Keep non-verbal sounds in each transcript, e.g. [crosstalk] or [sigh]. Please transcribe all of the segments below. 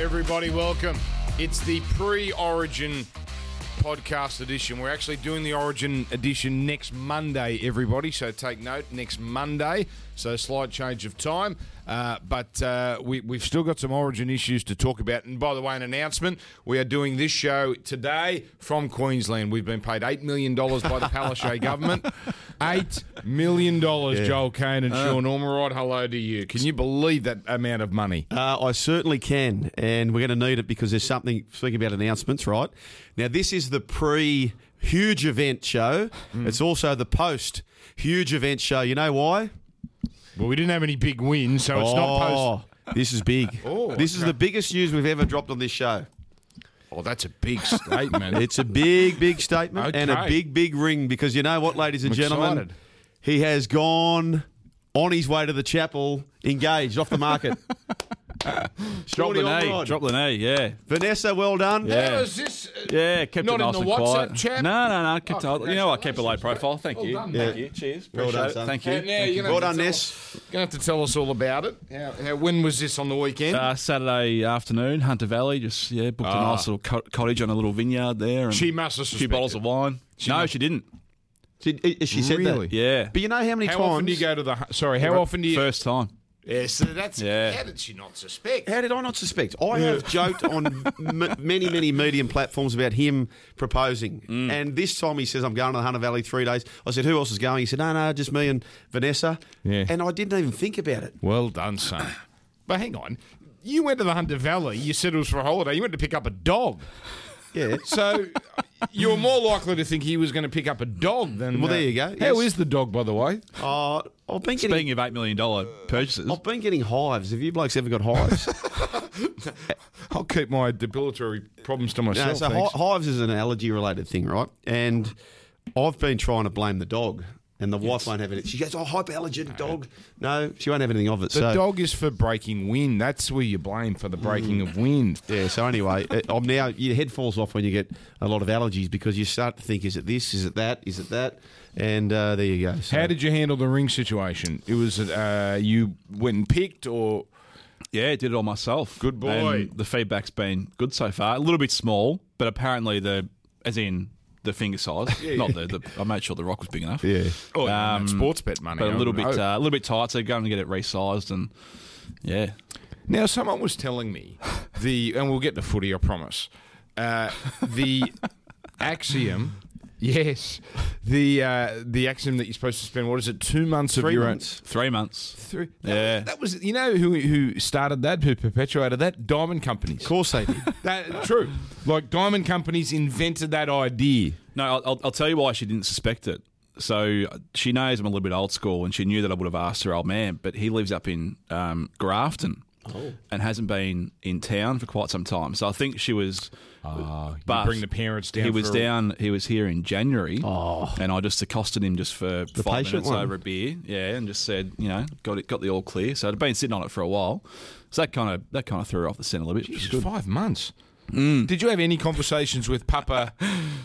everybody. Welcome. It's the pre Origin podcast edition. We're actually doing the Origin edition next Monday, everybody. So take note, next Monday. So slight change of time, uh, but uh, we, we've still got some Origin issues to talk about. And by the way, an announcement: we are doing this show today from Queensland. We've been paid eight million dollars by the Palaszczuk government. Eight million dollars, Joel Kane and Sean Ormerod. Hello to you. Can you believe that amount of money? Uh, I certainly can, and we're going to need it because there's something. Speaking about announcements, right? Now, this is the pre huge event show. Hmm. It's also the post huge event show. You know why? Well, we didn't have any big wins, so it's not post. post. This is big. [laughs] Oh, this is okay. the biggest news we've ever dropped on [laughs] this show. Oh, that's a big statement. [laughs] It's a big, big statement and a Okay. big, big ring because you know what, ladies and I'm gentlemen, excited. he has gone on his way to the chapel, engaged, off [laughs] the market. Drop the knee. Drop the knee. Yeah. Vanessa, well done. Yeah. How is this? Yeah. Kept Not it in nice the and WhatsApp quiet. chat? No, no, no. Kept Oh, it- you know, I kept a low profile. Thank Well you. done, Thank mate. you. Cheers. Well Appreciate done, it. son. Thank you. And now Thank you're you. gonna Well have to done, tell Ness. us- You're gonna have to tell us all about it. How, how, when was this on the weekend? Uh, Saturday afternoon, Hunter Valley. Just yeah, booked a nice little co- cottage on a little vineyard there, and Ah. she a must have few bottles of wine. no, she didn't. She, she said Really? that. Yeah, But you know how many How times often do you go to the? hu- Sorry, how often do you? first time. Yeah, so that's. Yeah. How did she not suspect? How did I not suspect? I have joked on [laughs] m- many, many medium platforms about him proposing. And this time he says, I'm going to the Hunter Valley three days. I said, Who else is going? He said, No, no, just me and Vanessa. Yeah. And I didn't even think about it. Well done, son. But hang on, you went to the Hunter Valley. You said it was for a holiday. You went to pick up a dog. Yeah. [laughs] So you were more likely to think he was going to pick up a dog than. Well, there uh, you go, How yes. is the dog, by the way? Uh, I've, been getting, Speaking of eight million dollar purchases, Oh. I've been getting hives. Have you blokes ever got hives? I'll keep my depilatory problems to myself. No, so hi- thanks. hives is an allergy related thing, right? And I've been trying to blame the dog. And the wife won't have it. She goes, "Oh, hyperallergen dog." No, she won't have anything of it. The so dog Mm. is for breaking wind. That's where you blame for the breaking of wind. Yeah. So anyway, it- I'm now your head falls off when you get a lot of allergies because you start to think, is it this? Is it that? Is it that? And uh, there you go. So, How did you handle the ring situation? It was uh, you went and picked, or yeah, did it all myself. Good boy. And the feedback's been good so far. A little bit small, but apparently the, as in the [laughs] finger size, not the, the. I made sure the rock was big enough. yeah. oh, um, sports bet money, but I a little don't bit know. uh, a little bit tight. So going to get it resized and yeah, Oh, Now, someone was telling me the, and we'll get to footy, I promise. Uh, [laughs] the axiom, yes, the uh, the axiom that you're supposed to spend what is it, two months of Three your months. three months. own. Three, Yeah. that, that was you know who who started that, who perpetuated that, diamond companies. Of course they did. [laughs] That, true, like diamond companies invented that idea. No, I'll, I'll, I'll tell you why she didn't suspect it. So uh, she knows I'm a little bit old school, and she knew that I would have asked her old man, but he lives up in um, Grafton. Oh. And hasn't been in town for quite some time, so I think she was. but Ah, bring the parents down He was for a- Oh. down. He was here in January, and I just accosted him just for five patient minutes one. over a beer, yeah, and just said, you know, got it, got the all clear. So I'd been sitting on it for a while, so that kind of that kind of threw her off the scent a little bit. which was Just five months. Mm. Did you have any conversations with [laughs] Papa?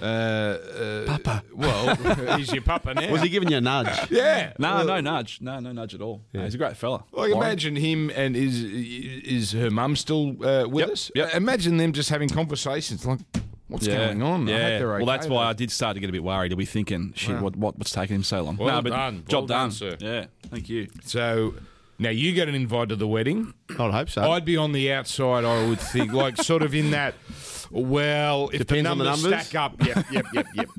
Uh, uh, Papa. Well, he's your Papa now. Was he giving you a nudge? Yeah. No, no nudge. No, no nudge at all. No, he's a great fella. Like Warren. imagine him and is is her mum still uh, with Yep, us? yep. Uh, Imagine them just having conversations like, "What's going on?" I hope Yeah. they're Well, that's okay, why though. I did start to get a bit worried. I'll be thinking, shit, what, what, what's taking him so long? Well no, but done. job Well done, done, sir. Yeah, thank you. So now you get an invite to the wedding. I'd hope so. I'd be on the outside. I would think, like, sort of in that. Well, if Depends the on the numbers, numbers. stack up, yep, yep, yep, yep,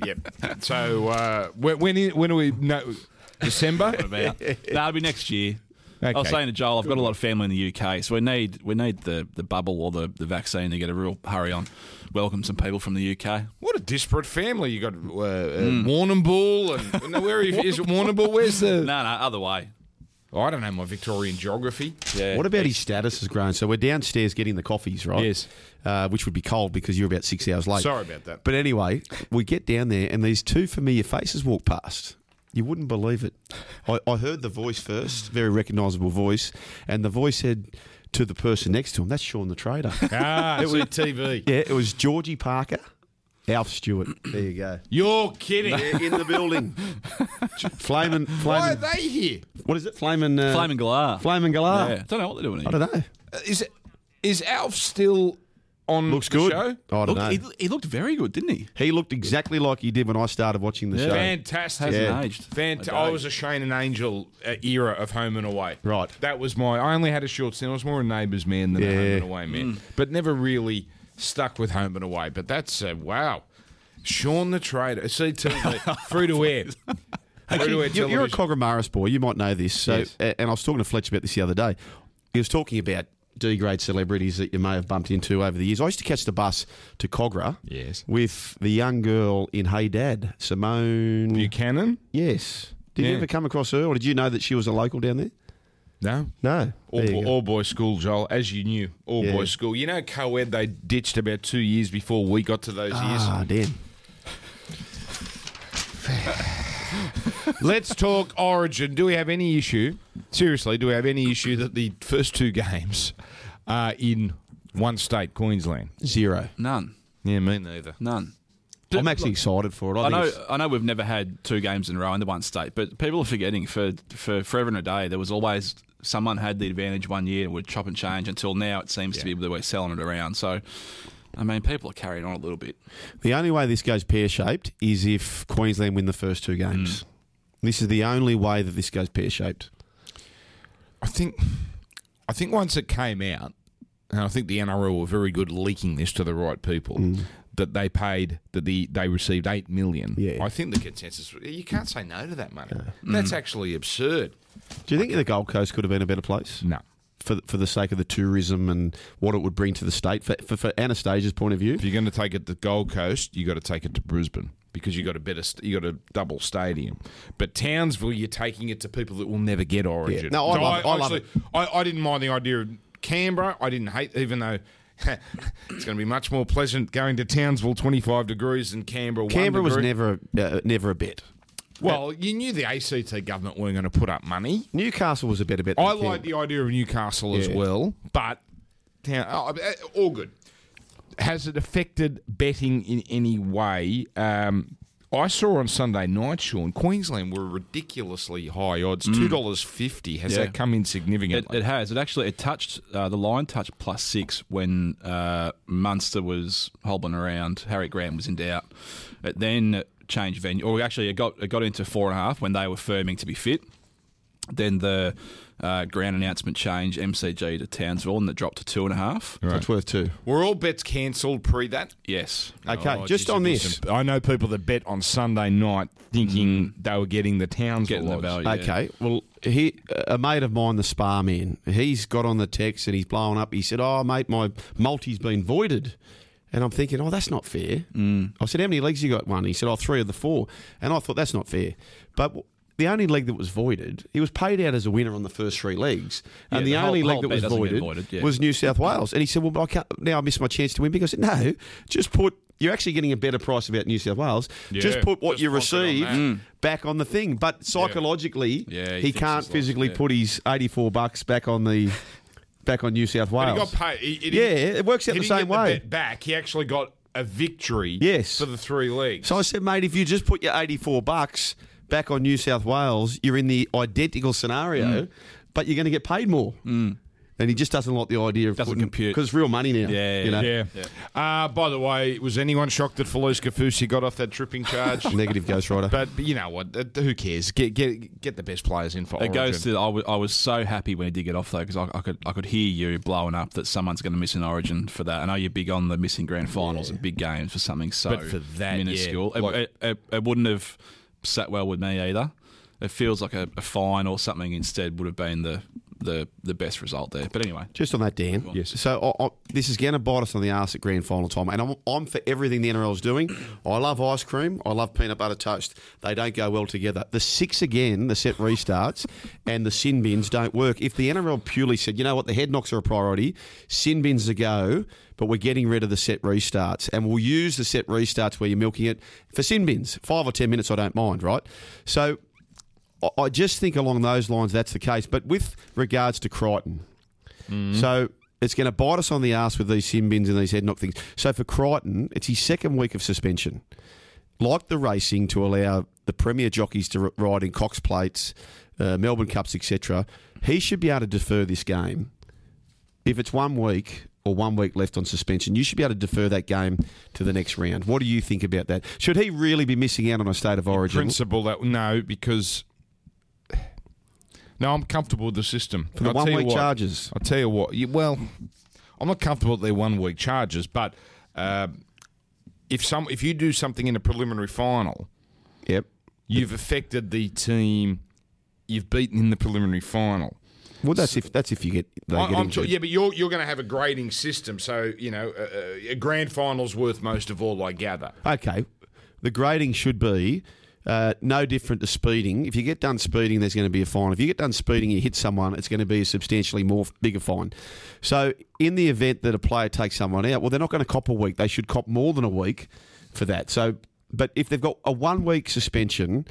yep. So uh, when when, i- when are we? No, December. [laughs] That'll be next year. I Okay. was saying to Joel, I've got a lot of family in the UK, so we need we need the, the bubble or the, the vaccine to get a real hurry on. Welcome some people from the UK. What a disparate family you got. Uh, uh, Mm. Warrnambool and no, where are [laughs] you- is it Warrnambool? Where's the? No, no, other way. I don't know my Victorian geography. Yeah. what about his status has grown? So we're downstairs getting the coffees, right? Yes. Uh, which would be cold because you're about six hours late. Sorry about [laughs] that. But anyway, we get down there and these two familiar faces walk past. You wouldn't believe it. I, I heard the voice first, very recognisable voice, and the voice said to the person next to him, "That's Sean the Trader." Ah, it was TV. Yeah, it was Georgie Parker, Alf Stewart. There you go. You're kidding. in the [laughs] building. Flamin', Why are Flamin', they here? what is it? Flamin', uh, Flamin' Galah. Flamin' Galah. Yeah. Don't know what they're doing I here. don't know. Uh, Is it? Is Alf still on Looks the good. show? I don't Looked- know. he, he looked very good, didn't he? He looked exactly like he did when I started watching the show. Fantastic. Hasn't Yeah. aged. Fant- A I day. was a Shane and Angel uh, era of Home and Away. Right. That was my. I only had a short stint. I was more a Neighbours man than a Home Yeah. Hmm. and Away man, but never really stuck with Home and Away. But that's uh, wow. Sean the Trader, [laughs] CTV, free to air. Free to air You're, you're a television. Coggermaris boy. You might know this. So, Yes. a- and I was talking to Fletch about this the other day. He was talking about D-grade celebrities that you may have bumped into over the years. I used to catch the bus to Cogra Yes. with the young girl in Hey Dad, Simone. Buchanan? yes. Did Yeah. you ever come across her, or did you know that she was a local down there? No. No. All, There you bo- go. all boys school, Joel, as you knew. All Yeah. boys school. You know, co ed, they ditched about two years before we got to those years. ah, damn. Let's talk Origin. Do we have any issue? Seriously, do we have any issue that the first two games are in one state, Queensland? Zero. None. Yeah, me neither. None. I'm actually excited for it. I, I think know, it's- I know we've never had two games in a row in the one state, but people are forgetting for, for forever and a day, there was always someone had the advantage one year, would chop and change until now it seems to be that we're selling it around. So, I mean, people are carrying on a little bit. The only way this goes pear shaped is if Queensland win the first two games. This is the only way that this goes pear shaped. I think, I think once it came out, and I think the NRL were very good leaking this to the right people. That they paid, that the they received eight million. Yeah. I think the consensus. You can't say no to that money. That's actually absurd. Do you think the Gold Coast could have been a better place No, for the, for the sake of the tourism and what it would bring to the state? For, for, for Anastasia's point of view, if you're going to take it to Gold Coast, you got to take it to Brisbane because you got a better, st- you got a double stadium. But Townsville, you're taking it to people that will never get Origin. Yeah. No, I love it. I love actually- it. I, I didn't mind the idea of Canberra. I didn't hate, even though. [laughs] it's going to be much more pleasant going to Townsville, 25 degrees, than Canberra. one Canberra was degree. never uh, never a bet. Well, you knew the ACT government weren't going to put up money. Newcastle was a better bet. Than I like the Canberra. idea of Newcastle as Yeah. well, but Town- oh, eh, all good. Has it affected betting in any way? Um, I saw on Sunday night, Sean, Queensland were ridiculously high Mm. odds, two dollars fifty. Has Yeah. that come in It, significantly? it has. It actually it touched uh, the line touched plus six when uh, Munster was hobbling around. Harry Grant was in doubt. It then changed venue, or actually it got it got into four and a half when they were firming to be fit. Then the uh, ground announcement changed MCG to Townsville, and it dropped to two and a half. It's worth two. were all bets cancelled pre that? Yes, Okay, Oh, just geez, on there's this. Mm. some- I know people that bet on Sunday night thinking they were getting the Townsville getting the odds. value. Oh, yeah. Okay, well, he a mate of mine, the spa man, he's got on the text and he's blowing up. He said, "Oh, mate, my multi's been voided," and I'm thinking, "Oh, that's not fair." Mm. I said, "How many legs you got?" One. He said, "Oh, three of the four. and I thought that's not fair. But w- the only leg that was voided, he was paid out as a winner on the first three legs, and Yeah, the, the whole- only the leg whole that bet was doesn't get voided, voided, yeah. was New South Wales. And he said, "Well, I can't now. I missed my chance to win." Because I said, "No, just put." You're actually getting a better price about New South Wales. Yeah, just put what just you plonk it on receive that. back on the thing. But psychologically, Hmm. Yeah, he he, thinks can't he's lost, physically yeah. put his eighty-four bucks back on the back on New South But Wales. he got paid. He, he Yeah, didn't- it works out he the didn't same get way. bet back, he actually got a victory. Yes. for the three leagues. so I said, mate, if you just put your eighty-four bucks back on New South Wales, you're in the identical scenario, Hmm. but you're going to get paid more. And he just doesn't like the idea of Doesn't compute. because it's real money now. Yeah, you know? [laughs] Yeah. Uh, by the way, was anyone shocked that Felice Kafusi got off that tripping charge? Negative Ghost Rider. but you know what? uh, Who cares? Get get get the best players in for It Origin. goes to. I wa- I was so happy when he did get off though because I, I could I could hear you blowing up that someone's going to miss an Origin for that. I know you're big on the missing grand finals and big games for something so But for that, yeah. minuscule. It- Like- it, it, it wouldn't have sat well with me either. It feels like a, a fine or something instead would have been the, the, the best result there. But anyway, Just on that, Dan. Yes. So I, I, this is going to bite us on the arse at grand final time, and I'm, I'm for everything the NRL is [clears throat] doing. I love ice cream. I love peanut butter toast. They don't go well together. The six again, the set [laughs] restarts, and the sin bins don't work. If the NRL purely said, you know what, the head knocks are a priority, sin bins a go, but we're getting rid of the set restarts, and we'll use the set restarts where you're milking it for sin bins. Five or ten minutes, I don't mind, right? So. I- I just think along those lines that's the case. But with regards to Crichton, Mm. so it's going to bite us on the ass with these sin bins and these head knock things. So for Crichton, it's his second week of suspension. Like the racing to allow the premier jockeys to r- ride in Cox plates, uh, Melbourne Cups, etc., he should be able to defer this game. If it's one week, or one week left on suspension. You should be able to defer that game to the next round. What do you think about that? Should he really be missing out on a state of origin? principle that no, because [sighs] no, I'm comfortable with the system For the I'll tell you one-week what- charges. I'll tell you what. You, well, I'm not comfortable with their one week charges, but uh, if some if you do something in a preliminary final, Yep. you've affected the team you've beaten in the preliminary final. Well, that's if that's if you get they I, get am sure, injured. yeah, but you're you're going to have a grading system, so you know a, a- a grand final's worth most of all, I gather. Okay. The grading should be uh, no different to speeding. If you get done speeding, there's going to be a fine. If you get done speeding, you hit someone, it's going to be a substantially more bigger fine. So, in the event that a player takes someone out, well, they're not going to cop a week. They should cop more than a week for that. So, but if they've got a one week suspension,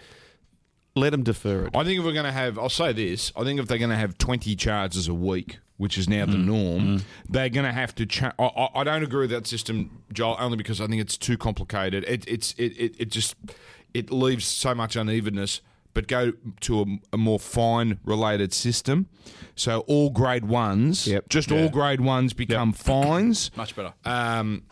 let them defer it. I think if we're going to have, I'll say this. I think if they're going to have twenty charges a week, which is now the Mm. norm, they're going to have to. Cha- I, I, I don't agree with that system, Joel, only because I think it's too complicated. It, it's it, it, it just it leaves so much unevenness. But go to a, a more fine related system. So all grade ones, Yep. just all grade ones become fines. Much better. Um,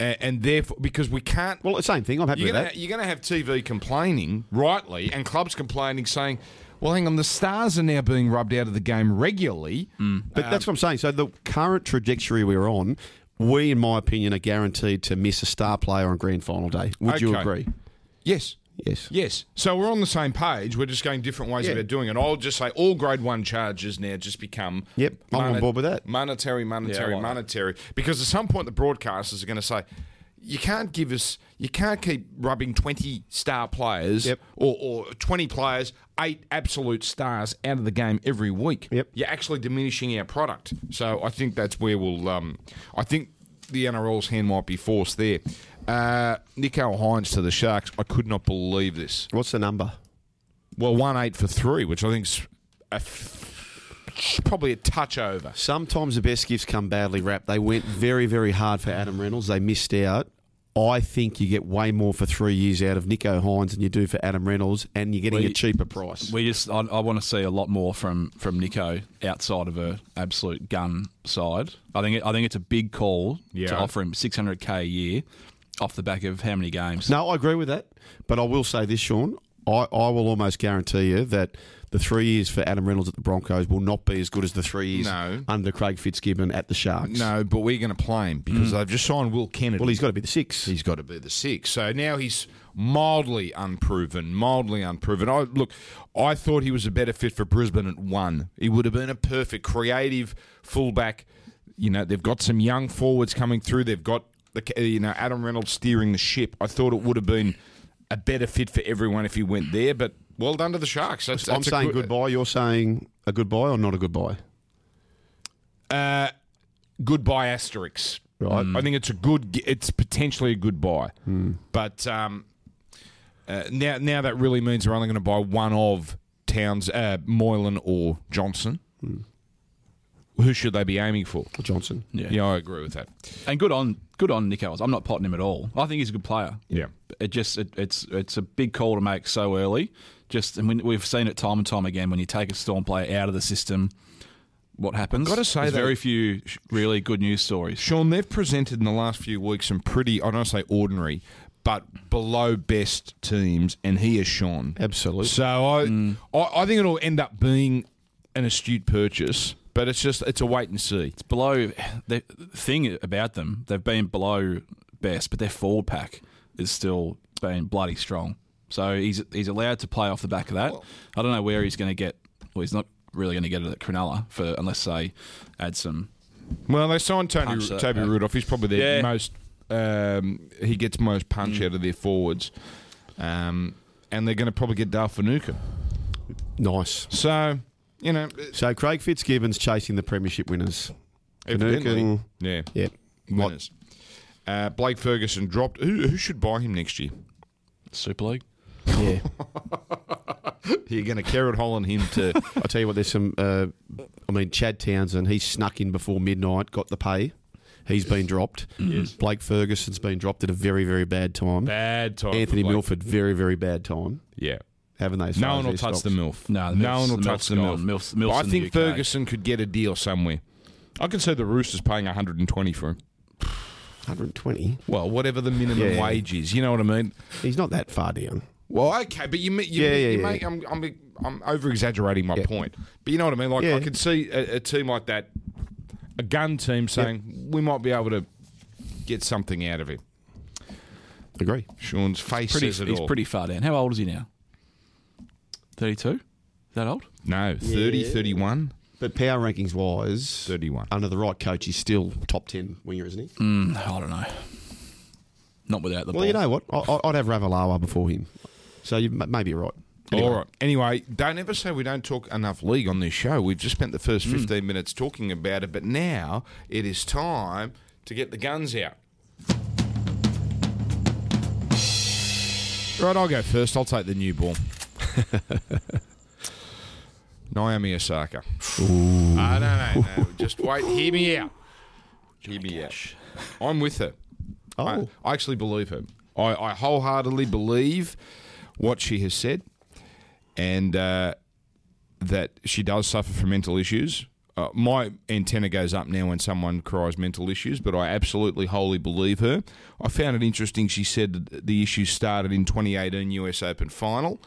and, and therefore, because we can't Well, same thing. I'm happy you're with gonna, that. you're gonna have TV complaining, rightly, and clubs complaining, saying, "Well, hang on, the stars are now being rubbed out of the game regularly." But that's what I'm saying. So the current trajectory we're on, we, in my opinion, are guaranteed to miss a star player on grand final day. Would you Okay. agree? Yes, Yes. yes. So we're on the same page. We're just going different ways about doing it. I'll just say all grade one charges now just become Yep, I'm on board with that. Monetary, monetary, Yeah, I like that. monetary. Because at some point, the broadcasters are going to say. You can't give us. You can't keep rubbing twenty star players Yep. or, or twenty players, eight absolute stars out of the game every week. Yep. you're actually diminishing our product. So I think that's where we'll. Um, I think the NRL's hand might be forced there. Uh, Nico Hines to the Sharks. I could not believe this. What's the number? Well, one eight for three, which I think's a f- probably a touch over. Sometimes the best gifts come badly wrapped. They went very, very hard for Adam Reynolds. They missed out. I think you get way more for three years out of Nico Hines than you do for Adam Reynolds, and you're getting We- a cheaper price. We just, I, I want to see a lot more from from Nico outside of a absolute gun side. I think, it, I think it's a big call Yeah. to offer him 600k a year off the back of how many games. No, I agree with that. But I will say this, Sean. I, I will almost guarantee you that the three years for Adam Reynolds at the Broncos will not be as good as the three years No. under Craig Fitzgibbon at the Sharks. No, but we're going to play him because they've just signed Will Kennedy. Hmm. Well, he's got to be the six. He's got to be the six. So now he's mildly unproven, mildly unproven. I look, I thought he was a better fit for Brisbane at one. He would have been a perfect creative fullback. You know, they've got some young forwards coming through. They've got the you know Adam Reynolds steering the ship. I thought it would have been a better fit for everyone if he went there. But well done to the Sharks. That's, I'm that's a saying good- goodbye. You're saying a goodbye or not a goodbye? Uh, goodbye asterisks. Right. I think it's a good. It's potentially a good buy, but um, uh, now now that really means we're only going to buy one of Towns, uh, Moylan, or Johnson. Who should they be aiming for? Johnson. Yeah, I agree with that. And good on good on Nico. I'm not potting him at all. I think he's a good player. Yeah. It just it, it's it's a big call to make so early. Just and when, we've seen it time and time again when you take a storm player out of the system, what happens? I've gotta say There's that- very few sh- really good news stories. Sean, they've presented in the last few weeks some pretty, I don't wanna say ordinary, but below best teams, and he is Sean. Absolutely. So I, I, I think it'll end up being an astute purchase, but it's just it's a wait and see. It's below the thing about them. They've been below best, but their forward pack is still been bloody strong. So he's he's allowed to play off the back of that. I don't know where he's going to get. Well, he's not really going to get it at Cronulla for unless they add some Well, they signed Tony Punch that Toby back. Rudolph. He's probably their Yeah. most. Um, he gets most punch out of their forwards, um, and they're going to probably get Dalfanuka. Nice. So you know, So Craig Fitzgibbon's chasing the premiership winners. evidently, Finucane. yeah, Yep. winners. Uh, Blake Ferguson dropped. Who, who should buy him next year? Super League. Yeah. You're going to carrot Holland him to. I'll tell you what. There's some. Uh, I mean, Chad Townsend. He snuck in before midnight. Got the pay. He's been dropped. Yes. Blake Ferguson's been dropped at a very, very bad [laughs] time. Bad time. for Anthony Blake. Milford, very, very bad time. Yeah. Haven't they? as No far one as will their touch stocks? the MILF. No, the no MILF's- one will the touch MILF's the MILF. gone. MILF's- MILF's But I in the think UK. Ferguson could get a deal somewhere. I can see the Roosters paying 120 for him. 120. Well, whatever the minimum Yeah. wage is, you know what I mean. He's not that far down. Well, okay, but you, mi- you, Yeah, yeah, you yeah. make, I'm, I'm, I'm over exaggerating my Yeah. point, but you know what I mean. Like Yeah. I could see a, a team like that, a gun team, saying we might be able to get something out of him. Agree. Sean's face Pretty, says it he's all. pretty far down. How old is he now? 32? Is that old? no, 30, 31, But power rankings wise, 31. under the right coach, he's still top 10 winger, isn't he? Mm, I don't know. Not without the Well, ball. you know what? I, I- I'd have Ravalawa before him. So you m- maybe you're right. Anyway, All right. Anyway, don't ever say we don't talk enough league on this show. We've just spent the first 15 minutes talking about it, but now it is time to get the guns out. Right, I'll go first. I'll take the new [laughs] ball. Naomi Osaka. I don't know. No, just wait. Hear me out. Hear me out. I'm with her. I, Oh. I actually believe her. I, I wholeheartedly believe what she has said and uh, that she does suffer from mental issues. Uh, my antenna goes up now when someone cries mental issues, but I absolutely wholly believe her. I found it interesting she said that the issue started in 2018 US Open final.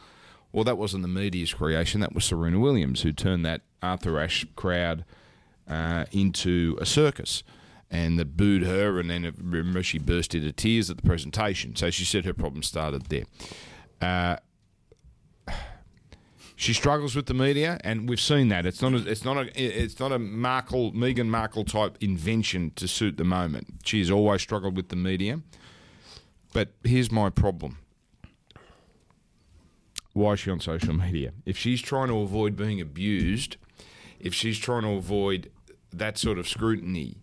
Well, that wasn't the media's creation, that was Serena Williams who turned that Arthur Ashe crowd uh, into a circus and that booed her. And then uh, remember, she burst into tears at the presentation. So she said her problem started there. Uh, she struggles with the media, and we've seen that. It's not a, it's not a it's not a Markle Meghan Markle type invention to suit the moment. She has always struggled with the media. But here's my problem. Why is she on social media? If she's trying to avoid being abused, if she's trying to avoid that sort of scrutiny,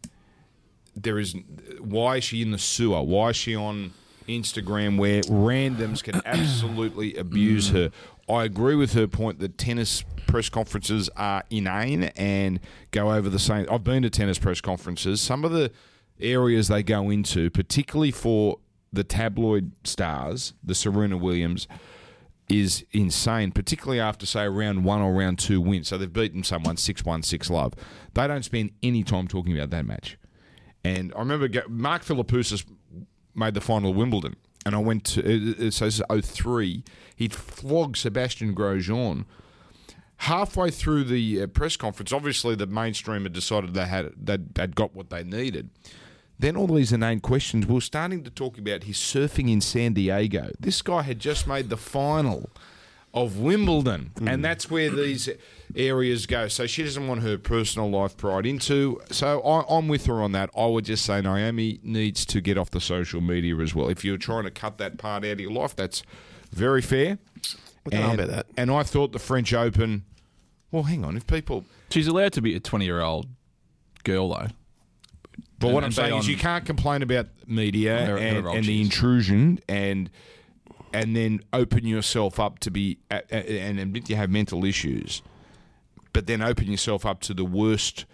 there is why is she in the sewer? Why is she on Instagram where randoms can absolutely abuse her? I agree with her point that tennis press conferences are inane and go over the same. I've been to tennis press conferences. Some of the areas they go into, particularly for the tabloid stars, the Serena Williams, is insane, particularly after, say, round one or round two win. So they've beaten someone 6 1, 6 love. They don't spend any time talking about that match. And I remember go- Mark Philippoussis made the final at Wimbledon. And I went to, it- it says 03, he'd oh flogged Sebastian Grosjean. Halfway through the uh, press conference, obviously the mainstream had decided they had they'd, they'd got what they needed. Then all these inane questions. We are starting to talk about his surfing in San Diego. This guy had just made the final of Wimbledon, and that's where these areas go. So she doesn't want her personal life pried into. So I, I'm with her on that. I would just say Naomi needs to get off the social media as well. If you're trying to cut that part out of your life, that's very fair. I don't know and, about that. And I thought the French Open. Well, hang on. If people She's allowed to be a 20 year old girl, though. But what And I'm they saying is, on- you can't complain about media Their- their and, role and the choice. intrusion, and and then open yourself up to be a- a- and admit you have mental issues, but then open yourself up to the worst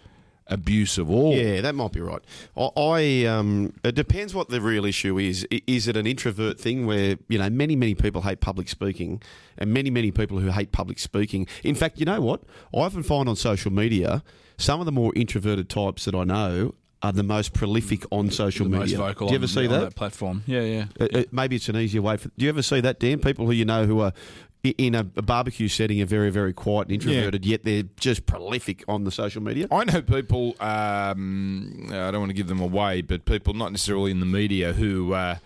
abuse of all. Yeah, that might be right. I, I um, it depends what the real issue is. I- Is it an introvert thing where you know many many people hate public speaking, and many many people who hate public speaking. In fact, you know what? I often find on social media some of the more introverted types that I know are the most prolific on social The most media. vocal Do you ever on, see on that? that platform. Yeah, yeah. Uh, uh, maybe it's an easier way for. Do you ever see that, Dan? People who you know who are i- in a a barbecue setting are very, very quiet and introverted, yet they're just prolific on the social media. I know people. Um, I don't want to give them away, but people not necessarily in the media who uh,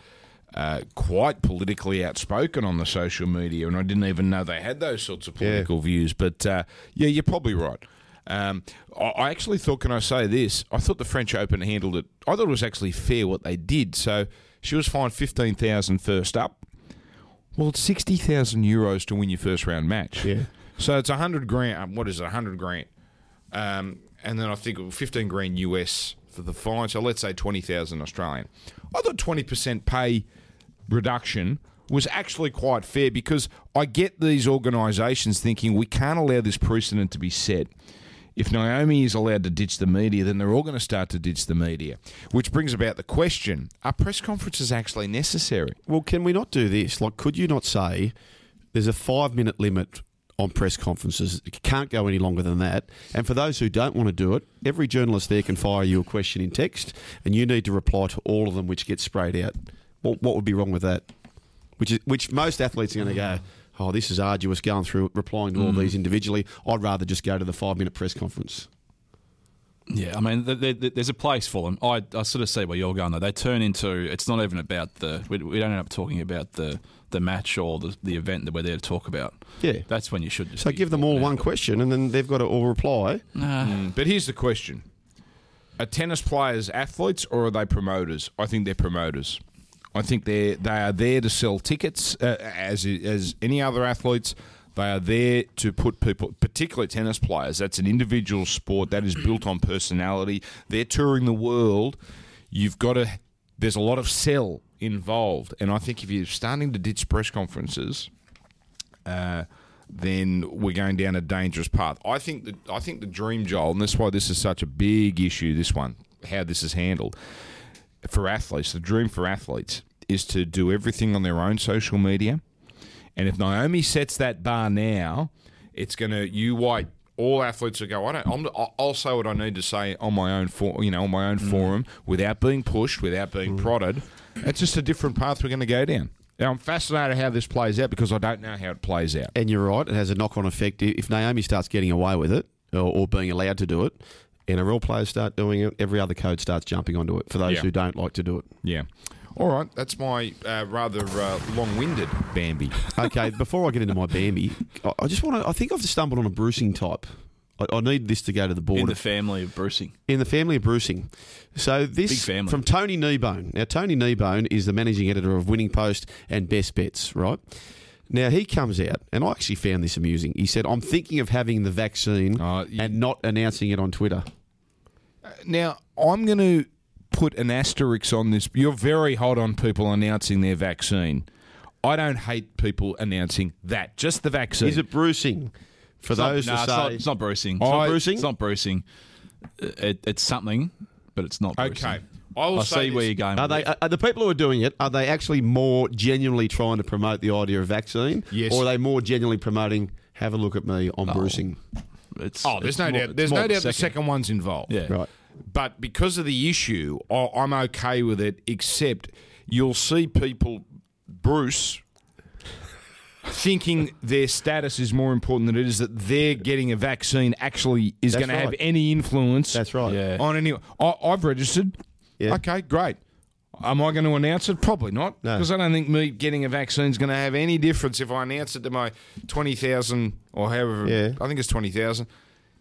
uh, quite politically outspoken on the social media, and I didn't even know they had those sorts of political views. But uh, yeah, you're probably right. Um, I, I actually thought, can I say this? I thought the French Open handled it. I thought it was actually fair what they did. So she was fined fifteen thousand first up. Well, it's sixty thousand euros to win your first round match. Yeah. So it's a hundred grand. um, What is it? hundred grand. Um, and then I think fifteen grand US for the fine. So let's say twenty thousand Australian. I thought twenty percent pay reduction was actually quite fair because I get these organisations thinking we can't allow this precedent to be set. If Naomi is allowed to ditch the media, then they're all going to start to ditch the media, which brings about the question: Are press conferences actually necessary? Well, can we not do this? Like, could you not say there's a five minute limit on press conferences. It can't go any longer than that. And for those who don't want to do it, every journalist there can fire you a question in text, and you need to reply to all of them, which gets sprayed out. What, what would be wrong with that? Which is which most athletes are going to go. Oh, this is arduous going through replying to all these individually. I'd rather just go to the five minute press conference. Yeah, I mean, th th th there's a place for them. I, I sort of see where you're going though. They turn into it's not even about the we, we don't end up talking about the the match or the, the event that we're there to talk about. Yeah. that's when you should. Just So be give them all walking one out. question, and then they've got to all reply. Um, But here's the question: Are tennis players athletes or are they promoters? I think they're promoters. I think they are they are there to sell tickets uh, as as any other athletes. They are there to put people, particularly tennis players. That's an individual sport that is built on personality. They're touring the world. You've got to. There's a lot of sell involved, and I think if you're starting to ditch press conferences, uh, then we're going down a dangerous path. I think that I think the dream, Joel, and that's why this is such a big issue. This one, how this is handled for athletes, the dream for athletes is to do everything on their own social media. And if Naomi sets that bar now, it's gonna you white all athletes will go. I don't. I'm, I'll- I'll say what I need to say on my own for you know on my own forum without being pushed, without being prodded. It's just a different path we're going to go down. Now I'm fascinated how this plays out because I don't know how it plays out. And you're right, it has a knock on effect. If Naomi starts getting away with it or, or being allowed to do it, NRL players start doing it, every other code starts jumping onto it for those Yeah. who don't like to do it. Yeah. All right, that's my uh, rather uh, long-winded Bambi. Okay, before I get into my Bambi, I, I just want to, I think I've stumbled on a bruising type. I, I need this to go to the board. in the family of bruising. In the family of bruising. So Big this family. from Tony Kneebone. Now Tony Kneebone is the managing editor of Winning Post and Best Bets, right? Now he comes out, and I actually found this amusing. He said, "I'm thinking of having the vaccine Uh, you- and not announcing it on Twitter." Now, I'm going to put an asterisk on this. You're very hot on people announcing their vaccine. I don't hate people announcing that, just the vaccine. Is it bruising? For It's not- those nah, that it's say not, it's not bruising. not It's bruising? It's not bruising. Uh, It, it's something, but it's not. Bruising. okay. I will I say see where this. you're going. Are with they it. are are the people who are doing it? Are they actually more genuinely trying to promote the idea of vaccine, Yes. or are they more genuinely promoting? Have a look at me, Oh. I'm bruising. It's, Oh, there's it's no more- doubt. it's There's more no doubt the second one's involved. Yeah. Right. But because of the issue, I- I'm okay with it, except you'll see people, Bruce, thinking their status is more important than it is that they're getting a vaccine actually is That's going to have right. any influence That's right. Yeah. on any. I, I've registered. Yeah. Okay, great. Am I going to announce it? Probably not, No. because I don't think me getting a vaccine is going to have any difference if I announce it to my twenty thousand or however. Yeah. I think it's twenty thousand.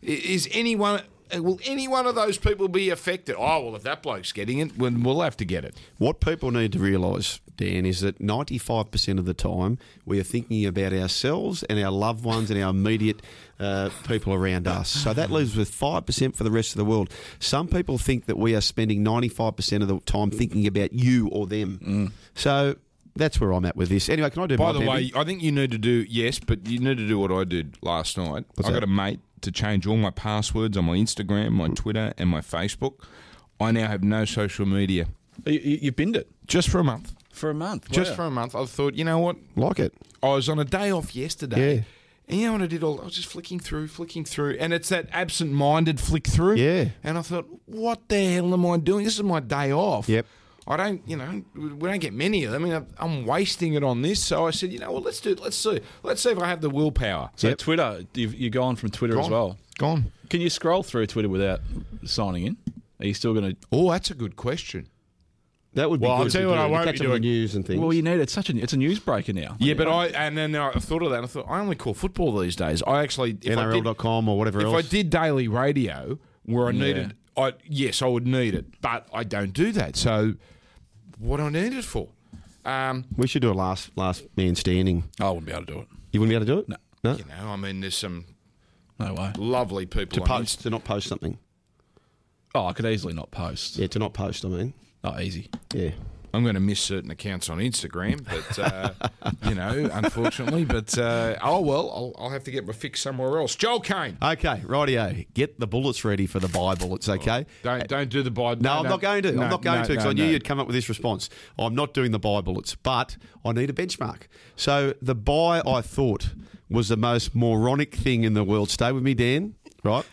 Is anyone? uh, Will any one of those people be affected? Oh well, if that bloke's getting it, then we'll have to get it. What people need to realise, Dan, is that 95% of the time we are thinking about ourselves and our loved ones and our immediate uh, people around us. So that leaves with 5% for the rest of the world. Some people think that we are spending 95% of the time thinking about you or them. So that's where I'm at with this. Anyway, can I do By my the Bambi? way, I think you need to do yes, but you need to do what I did last night. I that? got a mate to change all my passwords on my Instagram, my Twitter, and my Facebook. I now have no social media You, you, you binned it just for a month. for a month. Just Wow. for a month, I thought, you know what? like it. I was on a day off yesterday. Yeah. And you know what I did all? I was just flicking through, flicking through. And it's that absent minded flick through. Yeah. And I thought, what the hell am I doing? This is my day off. Yep. I don't, you know, we don't get many of them. I mean, I'm wasting it on this. So I said, you know what? Let's do it. Let's see. Let's see if I have the willpower. So Yep. Twitter, you've, you're gone from Twitter as Gone. well. Gone. Can you scroll through Twitter without signing in? Are you still going to? Oh, that's a good question. That would be Well, good I'll to tell you what do I to won't catch be up on doing. news and things. Well, you need it's such a it's a newsbreaker now. Yeah, but I, and then I thought of that. And I thought, I only call football these days. I actually, if I did, NRL.com or whatever if else. I did daily radio where I needed, I yes, I would need it, but I don't do that. So, what do I need it for? Um, we should do a last last man standing. I wouldn't be able to do it. You wouldn't be able to do it? No. you know, I mean, there's some No way. lovely people To on post, to not post something. Oh, I could easily not post. Yeah, to not post, I mean. Oh, easy. Yeah. I'm going to miss certain accounts on Instagram, but [laughs] uh, you know, unfortunately. But uh, oh well, I'll, I'll have to get my fix somewhere else. Joel Kane, Okay, rightio. Get the bullets ready for the Bible. It's okay. Oh, don't don't do the Biden. No, I'm not going to. I'm not going to because I knew no. you'd come up with this response. I'm not doing the buy bullets, but I need a benchmark. So the buy I thought was the most moronic thing in the world. Stay with me, Dan. Right?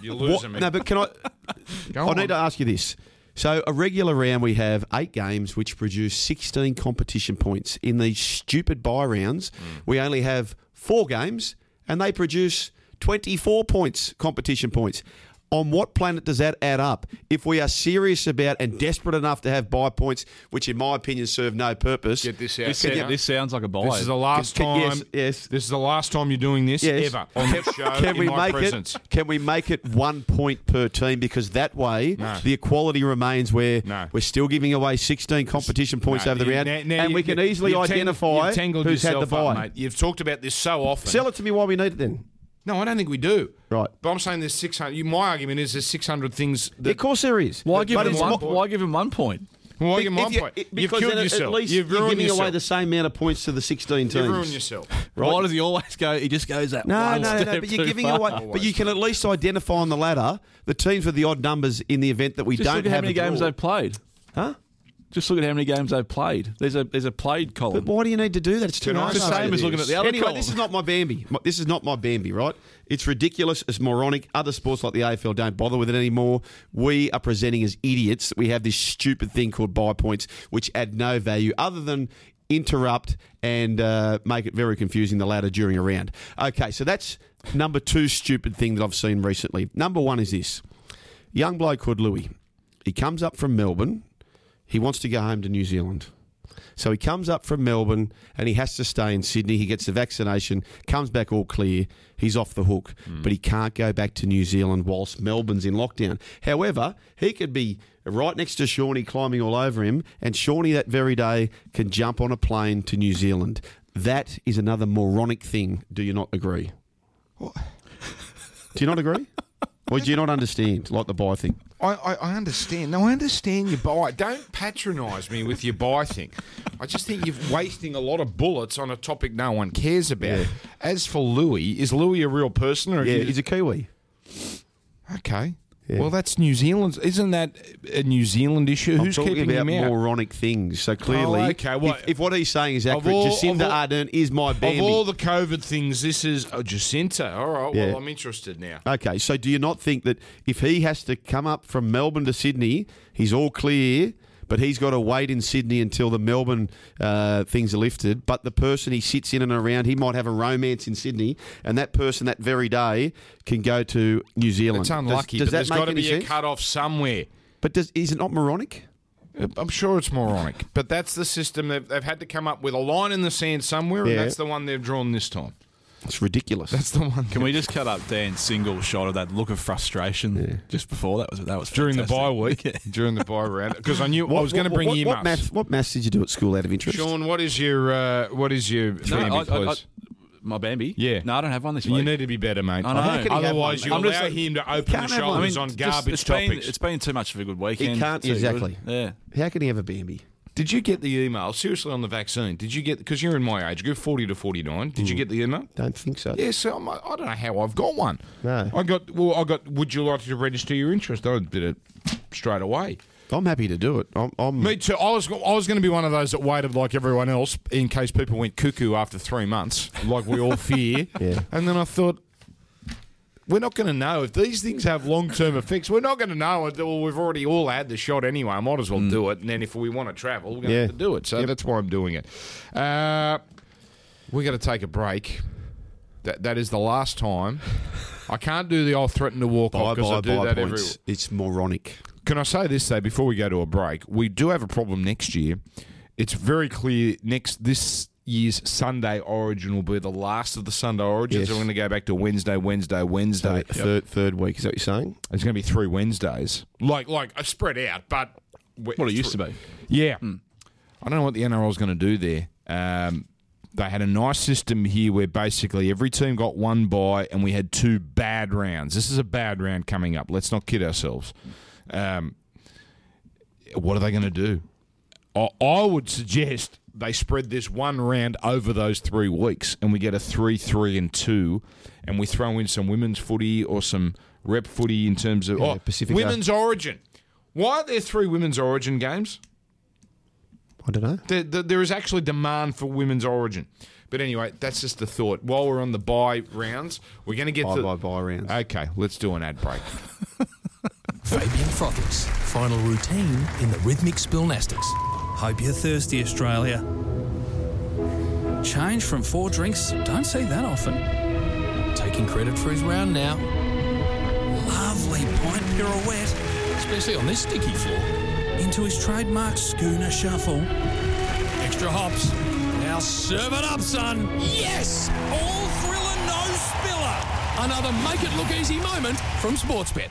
You're losing me. No, but can I? [laughs] Go I on. need to ask you this. So a regular round we have eight games which produce 16 competition points. In these stupid buy rounds, Hmm. we only have four games and they produce 24 points competition points. On what planet does that add up? If we are serious about and desperate enough to have buy points, which in my opinion serve no purpose, Get this out. This, now. sound- this sounds like a buy. This is the last Can- time. yes, yes. This is the last time you're doing this Yes. ever on this show Can Uh, in we my make presence. it? Can we make it one point per team? Because that way, No. the equality remains where No. we're still giving away 16 competition points No, over the you- round, now- now and you- we can you- easily you've tang- identify you've tangled who's had the yourself buy. up, mate. You've talked about this so often. Sell it to me while we need it then. No, I don't think we do. Right. But I'm saying there's 600. You, my argument is there's 600 things of that. course, there is. why But give him it's one? not- Why give him one point? Well, if you're my you- point. it- You've because killed then at- yourself. At least you've you're ruined giving yourself. away the same amount of points to the 16 teams. You've ruined yourself. Why does he always go? He just goes that No, one no, no, step no. But you're too giving far. away. But you can at least identify on the ladder the teams with the odd numbers in the event that we Just don't look at have how many a draw. games they've played. Huh? Just look at how many games they've played. There's a there's a played But column. why do you need to do that? It's too Can I nice. It's the over same there. as looking at the other Anyway, column. this is not my Bambi. My- This is not my Bambi, right? It's ridiculous. It's moronic. Other sports like the AFL don't bother with it anymore. We are presenting as idiots. that We have this stupid thing called buy points, which add no value other than interrupt and uh, make it very confusing the latter during a round. Okay, so that's number two stupid thing that I've seen recently. Number one is this young bloke called Louis. He comes up from Melbourne. He wants to go home to New Zealand. So he comes up from Melbourne and he has to stay in Sydney. He gets the vaccination, comes back all clear. He's off the hook, but he can't go back to New Zealand whilst Melbourne's in lockdown. However, he could be right next to Shawnee climbing all over him, and Shawnee that very day can jump on a plane to New Zealand. That is another moronic thing. Do you not agree? Do you not agree? or do you not understand, like the buy thing? I, I, I understand. No, I understand your buy. Don't patronise me with your buy thing. I just think you're wasting a lot of bullets on a topic no one cares about. As for Louis, is Louis a real person or Yeah, is he's a Kiwi. Okay. Yeah. Well, that's New Zealand's. Isn't that a New Zealand issue? Who's I'm talking keeping about him out? moronic things. So clearly, Oh, okay, well- if, if what he's saying is accurate, all- Jacinda of all- Ardern is my Bambi. Of all the COVID things, this is oh, Jacinta. All right. Yeah. Well, I'm interested now. okay, so do you not think that if he has to come up from Melbourne to Sydney, he's all clear, but he's got to wait in Sydney until the Melbourne uh, things are lifted? But the person he sits in and around, he might have a romance in Sydney, and that person that very day can go to New Zealand. It's unlucky, but Does, there's does that make got to any be sense? a cut off somewhere. Uh, But does, is it not moronic? I'm sure it's moronic, but that's the system they've, they've had to come up with a line in the sand somewhere, and Yeah. that's the one they've drawn this time. It's ridiculous. That's the one Can we just cut up Dan's single shot of that look of frustration just before that was that was during the fantastic. bye week, [laughs] during the bye round, because I knew I was going to bring what, him what up. math- what maths did you do at school out of interest? Sean, what is your uh, what is your No, Bambi, I- I- I- please? my Bambi. Yeah. No, I don't have one this week. you need to be better, mate. I know. How can he have Otherwise, you one, mate? I'm just allow like- him to open can't the have one. I mean, shoulders on just- garbage it's been- topics. it's been too much of a good weekend. can't- too. exactly. Yeah. How can he have a Bambi? Did you get the email? Seriously, on the vaccine, did you get? Because you're in my age group, forty to forty-nine. Did you get the email? Don't think so. Yes, yeah, so I'm- I don't know how I've got one. No. I got. Well, I got. Would you like to register your interest? I did it straight away. I'm happy to do it. I'm, I'm Me too. I was. I was going to be one of those that waited like everyone else in case people went cuckoo after three months, like we all fear. [laughs] Yeah. And then I thought. We're not going to know if these things have long-term effects. We're not going to know until we've already all had the shot anyway. I might as well do it. And then if we want to travel, we're going to Mm. Yeah. have to do it. So that's why I'm doing it. Uh, we're going to take a break. That that is the last time. I can't do the. I'll threaten to walk buy, off because buy, Oh, I do buy that every. points. It's moronic. Can I say this though before we go to a break? We do have a problem next year. It's very clear next this year's Sunday Origin will be the last of the Sunday Origins. Yes. So we're going to go back to Wednesday, Wednesday, Wednesday. Third, third week, is that what you're saying? It's going to be three Wednesdays, like like uh, spread out, but we- What it used to be. yeah. Hmm. I don't know what the NRL is going to do there. Um, they had a nice system here where basically every team got one bye and we had two bad rounds. This is a bad round coming up. Let's not kid ourselves. Um, what are they going to do? I, I would suggest they spread this one round over those three weeks, and we get a three, three, and two, and we throw in some women's footy or some rep footy in terms of oh, Pacific women's Origin. Why aren't there three women's Origin games? I don't know. There, there, there is actually demand for women's origin. But anyway, that's just the thought. While we're on the buy rounds, we're going to get Buy, to buy, buy rounds. Okay, let's do an ad break. Fabian Frothers, final routine in the rhythmic spillnastics. Hope you're thirsty, Australia. Change from four drinks, don't see that often. Taking credit for his round now. Lovely pint pirouette, especially on this sticky floor. Into his trademark schooner shuffle. Extra hops. Now serve it up, son. Yes! All thriller, no spiller. Another make it look easy moment from Sportsbet.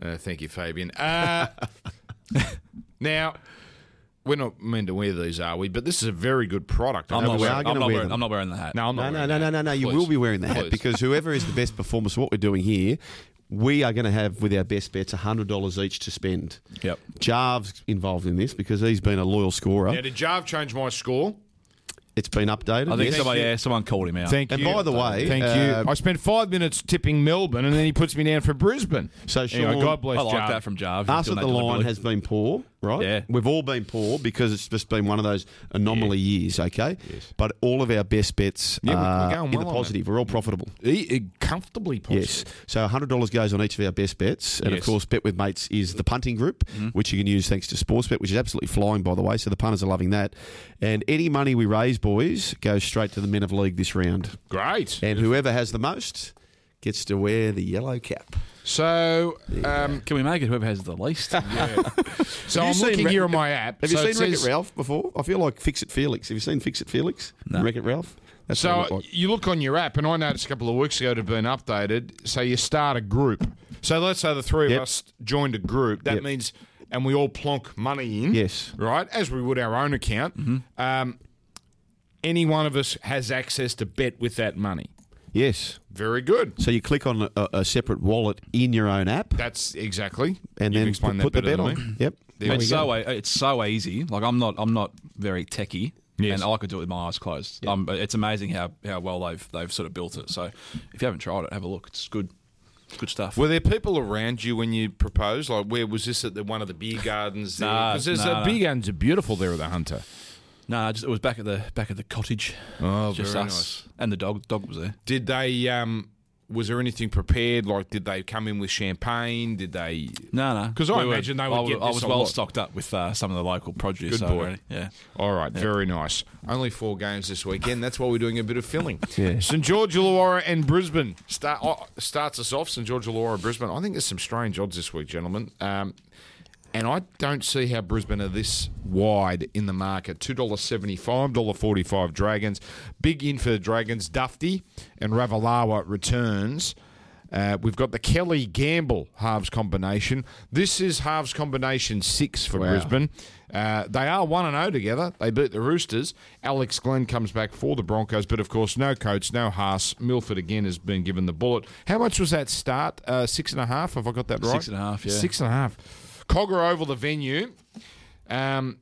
Uh, thank you, Fabian. [laughs] Uh, now, we're not meant to wear these, are we? But this is a very good product. I'm That not, was- we wearing, are I'm, gonna not wear wearing, them. I'm not wearing the hat. No, I'm No, not. no, wearing no, that. no, no, no. You Please. will be wearing the hat Please. because whoever is the best performer, so what we're doing here, we are going to have with our best bets $100 each to spend. Yep. Jarve's involved in this because he's been a loyal scorer. Now, did Jarve change my score? It's been updated. I think yes. somebody, yeah, someone called him out. Thank And you. by the way, thank uh, you. I spent five minutes tipping Melbourne, and then he puts me down for Brisbane. So, Anyway, Sean, God bless I like Jarve. that from Jarve. Us at the line has been poor, right? Yeah. We've all been poor because it's just been one of those anomaly years, okay? Yes. But all of our best bets Yeah, we're- are we're going in well the on that. positive. We're all profitable. He- he comfortably positive. Yes. So $100 goes on each of our best bets. And Yes. Mm-hmm. of course, Bet with Mates is the punting group, which you can use thanks to Sportsbet, which is absolutely flying, by the way. So the punters are loving that. And any money we raise, boys, goes straight to the men of league this round. Great. And whoever has the most gets to wear the yellow cap. So, um, Can we make it whoever has [laughs] the least? So Have I'm you seen looking Ra- here on my app. Have so you it seen Wreck It says- Ralph before? I feel like Fix It Felix. Have you seen Fix It Felix? Wreck It Ralph? That's what I So look like. you look on your app, and I noticed a couple of weeks ago it had been updated. So you start a group. So let's say the three Yep. of us joined a group. That Yep. means, and we all plonk money in. Yes. Mm-hmm. Right, as we would our own account. Um, any one of us has access to bet with that money. Yes. Very good. So you click on a, a separate wallet in your own app That's exactly. and You've then put, explained put the better bet than on. me. Yep. There it's we go. so e- it's so easy. Like I'm not I'm not very techie, Yes. and I could do it with my eyes closed. Um, but it's amazing how, how well they've they've sort of built it. So if you haven't tried it, have a look. It's good, it's good stuff. Were there people around you when you proposed? Like, where was this at the one of the beer gardens? there? Nah, 'Cause there's nah, a nah. beer gardens are beautiful there at the Hunter. no, just, it was back at the back at the cottage. Oh, just very us and the dog. Dog was there. Did they? Um, was there anything prepared? Like, did they come in with champagne? Did they? No, no, 'Cause I were- imagine they would I, wa- get I this was a well lot. stocked up with uh, some of the local produce. Good so boy. really, yeah. All right, very nice. Only four games this weekend. That's why we're doing a bit of filling. Yeah. St George Illawarra and Brisbane start oh, starts us off. St George Illawarra, Brisbane. I think there's some strange odds this week, gentlemen. Um, and I don't see how Brisbane are this wide in the market. Two dollars seventy five, dollar forty five. Dragons, big in for the Dragons. Dufty and Ravalawa returns. Uh, we've got the Kelly Gamble halves combination. This is halves combination six for Brisbane. Uh, they are one and zero together. They beat the Roosters. Alex Glenn comes back for the Broncos, but of course, no Coates, no Haas. Milford again has been given the bullet. How much was that start? Uh, six and a half. Have I got that right? Six and a half, yeah. Six and a half. Cogger Oval, the venue. Um,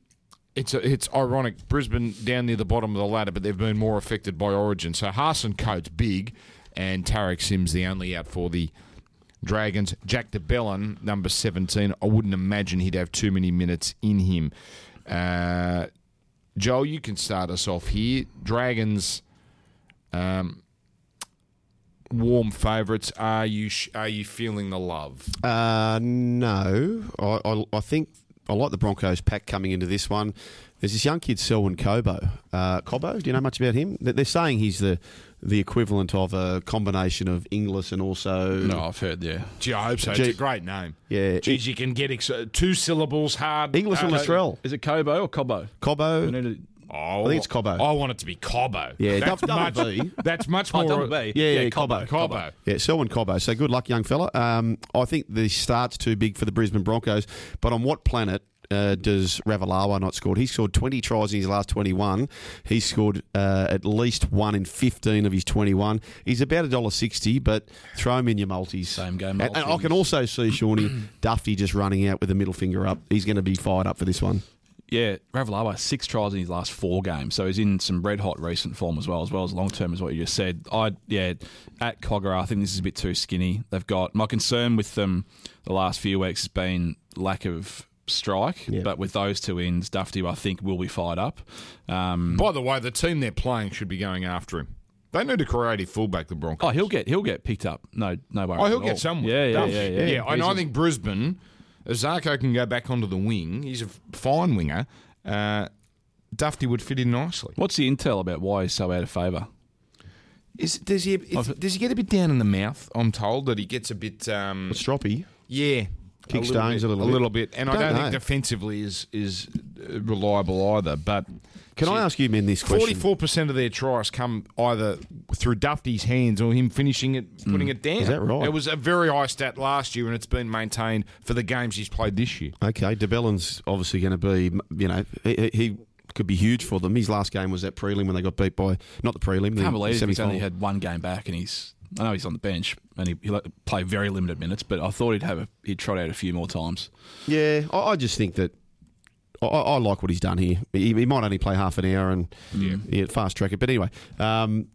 it's a, it's ironic. Brisbane down near the bottom of the ladder, but they've been more affected by Origin. So Haas and Coates big, and Tarek Sims the only out for the Dragons. Jack DeBellin, number seventeen. I wouldn't imagine he'd have too many minutes in him. Uh, Joel, you can start us off here. Dragons. Um, warm favourites. Are you sh- are you feeling the love? Uh, no, I, I, I think I like the Broncos pack coming into this one. There's this young kid Selwyn Cobo. Uh, Cobo, do you know much about him? They- They're saying he's the the equivalent of a combination of English and also No, I've heard. Yeah, Gee, I hope so. Gee- it's a great name. Yeah. Geez, you can get ex- two syllables hard. uh, English and Latrell. is it Kobo or Cobo? Cobo. We need to- Oh, I think it's Cobbo. I want it to be Cobbo. Yeah, that's double- much. double B. [laughs] That's [laughs] much Oh, more. double B. Yeah, yeah, Cobbo. Cobbo. Yeah, Selwyn Cobbo. So good luck, young fella. Um, I think the start's too big for the Brisbane Broncos, but on what planet uh, does Ravalawa not scored? He scored 20 tries in his last 21. He scored uh, at least one in 15 of his 21. He's about $1.60, but throw him in your multis. Same game And, and I [coughs] multis. can also see, Shawnee, Duffy just running out with a middle finger up. He's going to be fired up for this one. yeah, Ravalaba six tries in his last four games, so he's in some red hot recent form as well, as well as long term as what you just said. I yeah, at Cogra, I think this is a bit too skinny. They've got my concern with them the last few weeks has been lack of strike, Yeah. but with those two ends, Dufty I think will be fired up. Um, By the way, the team they're playing should be going after him. They need a creative fullback, the Broncos. oh, he'll get he'll get picked up. No, no worries. Oh, he'll at all. get somewhere. Yeah, yeah, Don't- yeah, yeah. and He's I a- think Brisbane, Zarko can go back onto the wing. He's a f- fine winger. Uh, Dufty would fit in nicely. What's the intel about why he's so out of favour? Is, does he? is- does he get a bit down in the mouth? I'm told that he gets a bit. Um, Stroppy. yeah. Kick stones bit, a little a bit. little bit, and I Don't don't think know. defensively is is uh, reliable either. But Can I ask you men this question? forty-four percent of their tries come either through Dufty's hands or him finishing it, putting it down. Is that right? It was a very high stat last year, and it's been maintained for the games he's played this year. Okay, DeBellin's obviously going to be, you know, he, he could be huge for them. His last game was that prelim when they got beat by, not the prelim, Can't the believe he's semi-final. only had one game back, and he's. I know he's on the bench, and he, he'll play very limited minutes. But I thought he'd have a, he'd trot out a few more times. Yeah, I, I just think that I, I I like what he's done here. He, he might only play half an hour and yeah. fast track it, but anyway, um,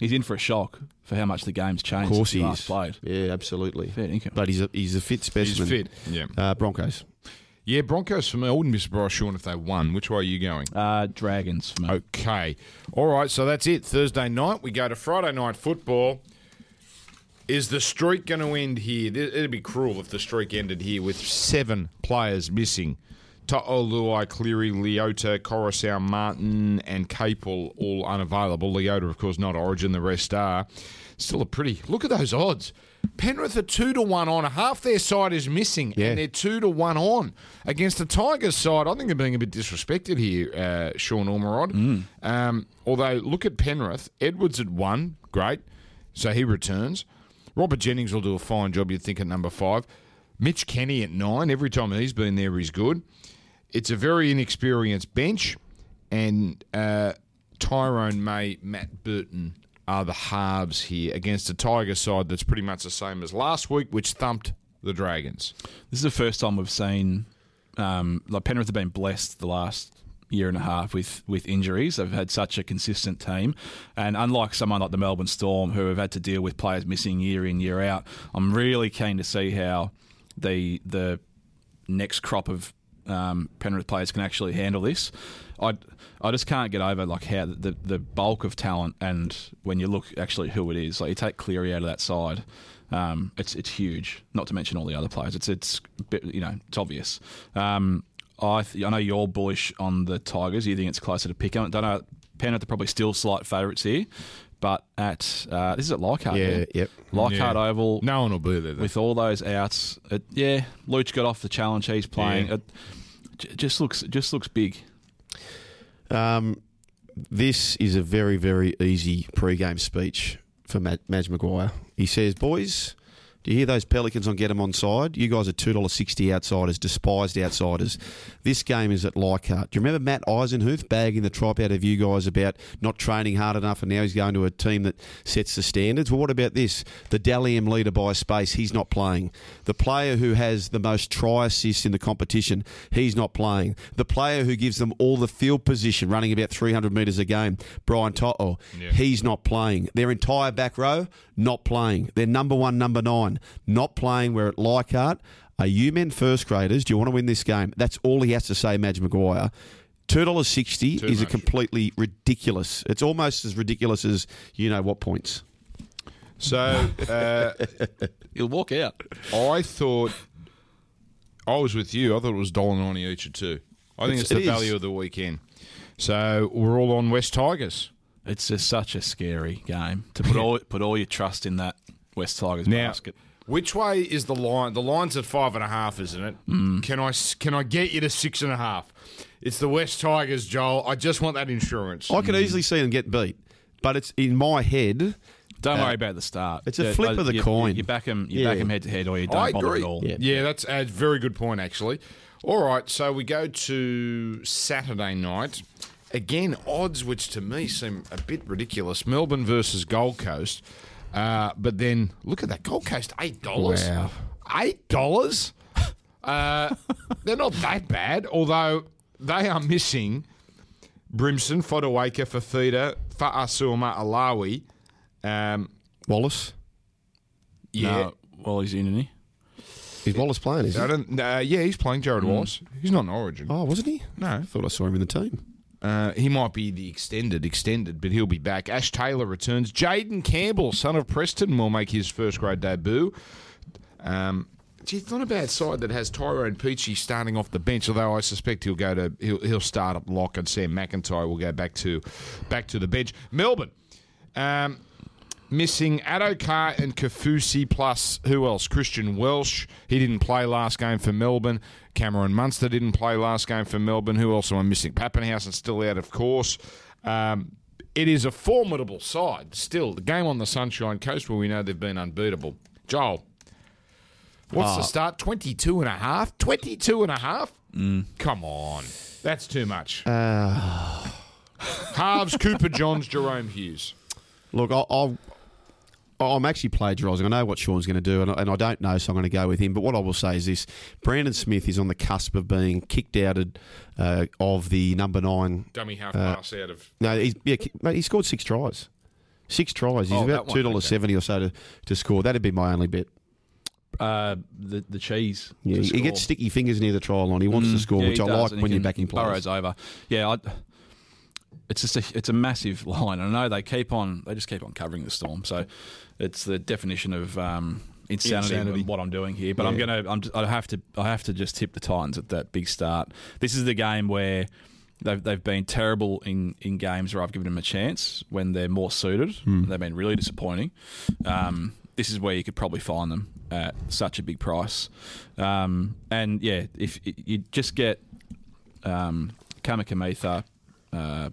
He's in for a shock for how much the game's changed. of course since he he last is. played. Yeah, absolutely. Fair income. But he's a he's a fit He's specimen. fit. Yeah, Uh, Broncos. yeah. Broncos for me. I wouldn't be surprised, Sean, if they won. Which way are you going? Uh, Dragons for me. Oh. Okay. All right. So that's it. Thursday night. We go to Friday night football. Is the streak going to end here? Th- It'd be cruel if the streak ended here with seven players missing. Ta'oluai, Cleary, Leota, Coruscant, Martin, and Capel all unavailable. Leota, of course, not Origin. The rest are. Still a pretty. Look at those odds. Penrith are two to one on. Half their side is missing, Yeah. and they're two to one on against the Tigers side. I think they're being a bit disrespected here, uh, Sean Ormerod. Um, although, look at Penrith. Edwards at one, great, so he returns. Robert Jennings will do a fine job, you'd think, at number five. Mitch Kenny at nine. Every time he's been there, he's good. It's a very inexperienced bench, and uh, Tyrone May, Matt Burton are the halves here against a Tiger side that's pretty much the same as last week, which thumped the Dragons. This is the first time we've seen um, like Penrith have been blessed the last year and a half with with injuries. They've had such a consistent team, and unlike someone like the Melbourne Storm, who have had to deal with players missing year in year out, I'm really keen to see how the the next crop of um, Penrith players can actually handle this. I I just can't get over like how the the bulk of talent and when you look actually who it is, like you take Cleary out of that side, um, it's it's huge. Not to mention all the other players. It's it's a bit, you know it's obvious. Um, I th- I know you're bullish on the Tigers. You think it's closer to pick. I don't know. Penrith are probably still slight favourites here, but at uh, this is at Leichhardt. Yeah, man. yep. Leichhardt Yeah. Oval No one will be there. Though. with all those outs. It, yeah, Luch got off the challenge he's playing. Yeah. It j- just looks it just looks big. Um, this is a very very easy pre-game speech for Mad- Madge McGuire. He says, "Boys." Do you hear those Pelicans on Get 'em on side? You guys are two dollars sixty outsiders, despised outsiders. This game is at Leichhardt. Do you remember Matt Eisenhuth bagging the tripe out of you guys about not training hard enough, and now he's going to a team that sets the standards? Well, what about this? The Dalium leader by space, he's not playing. The player who has the most try assists in the competition, he's not playing. The player who gives them all the field position, running about three hundred metres a game, Brian Toto, he's not playing. Their entire back row, not playing. Their number one, number nine, not playing. We're at Leichhardt. Are you men first graders? Do you want to win this game? That's all he has to say, Madge Maguire. Two dollars sixty is a completely ridiculous. It's almost as ridiculous as you know what points. So uh, He'll walk out. I thought I was with you. I thought it was dollar ninety each or two. I think it's, It's- the it is. value of the weekend. So we're all on West Tigers. It's just such a scary game to put all put all your trust in that West Tigers Now, basket. which way is the line? The line's at five and a half, isn't it? Can I s- can I get you to six and a half? It's the West Tigers, Joel. I just want that insurance. I could easily see them get beat, but it's in my head. Don't uh, worry about the start. uh, it's a flip of the you, coin. You back him. You back Yeah. him head to head, or you don't I bother agree. at all. Yeah, that's a very good point, actually. All right, so we go to Saturday night. Again, odds which to me seem a bit ridiculous. Melbourne versus Gold Coast. Uh, but then look at that Gold Coast, eight dollars. Wow. Eight dollars. Uh, they're not that bad, although they are missing Brimson, Fodawaker, Fafita, Fa'asuma, Alawi. Um, Wallace. yeah. No, well, he's in, isn't he? Is Wallace playing? Is he? I don't, uh, yeah, he's playing Jared Wallace. He's not an origin. Oh, wasn't he? No. I thought I saw him in the team. Uh, he might be the extended, extended, but he'll be back. Ash Taylor returns. Jaden Campbell, son of Preston, will make his first grade debut. Um, gee, it's not a bad side that has Tyrone Peachy starting off the bench. Although I suspect he'll go to he'll, he'll start up lock, and Sam McIntyre will go back to back to the bench. Melbourne. Um, missing Adokar and Kafusi, plus who else? Christian Welsh. He didn't play last game for Melbourne. Cameron Munster didn't play last game for Melbourne. Who else am I missing? Pappenhausen still out, of course. Um, it is a formidable side still. The game on the Sunshine Coast where we know they've been unbeatable. Joel, what's the start? 22 and a half? 22 and a half? Come on. That's too much. Halves, Cooper Johns, Jerome Hughes. Look, I'll, I'll, I'm actually plagiarising. I know what Sean's going to do, and I, and I don't know, so I'm going to go with him. But what I will say is this: Brandon Smith is on the cusp of being kicked outed uh, of the number nine. Dummy half pass out of No, he's yeah, ki- mate, he scored six tries. Six tries. He's Oh, that about one, two dollars seventy or so to, to score. That'd be my only bet. Uh, the the cheese. Yeah, to he score. Mm. gets sticky fingers near the trial line. He wants to score, Yeah, which he I does, like and he when you're can- backing players. Burrow's over. Yeah, I, it's just a, it's a massive [laughs] line. I know they keep on they just keep on covering the storm. So it's the definition of um, insanity, Insanity. in what I'm doing here. But I'm gonna I'm just, I have to I have to just tip the Titans at that big start. This is the game where. They've, they've been terrible in, in games where I've given them a chance when they're more suited. They've been really disappointing. Um, this is where you could probably find them at such a big price. Um, and yeah, if you just get um, Kamikamitha, uh,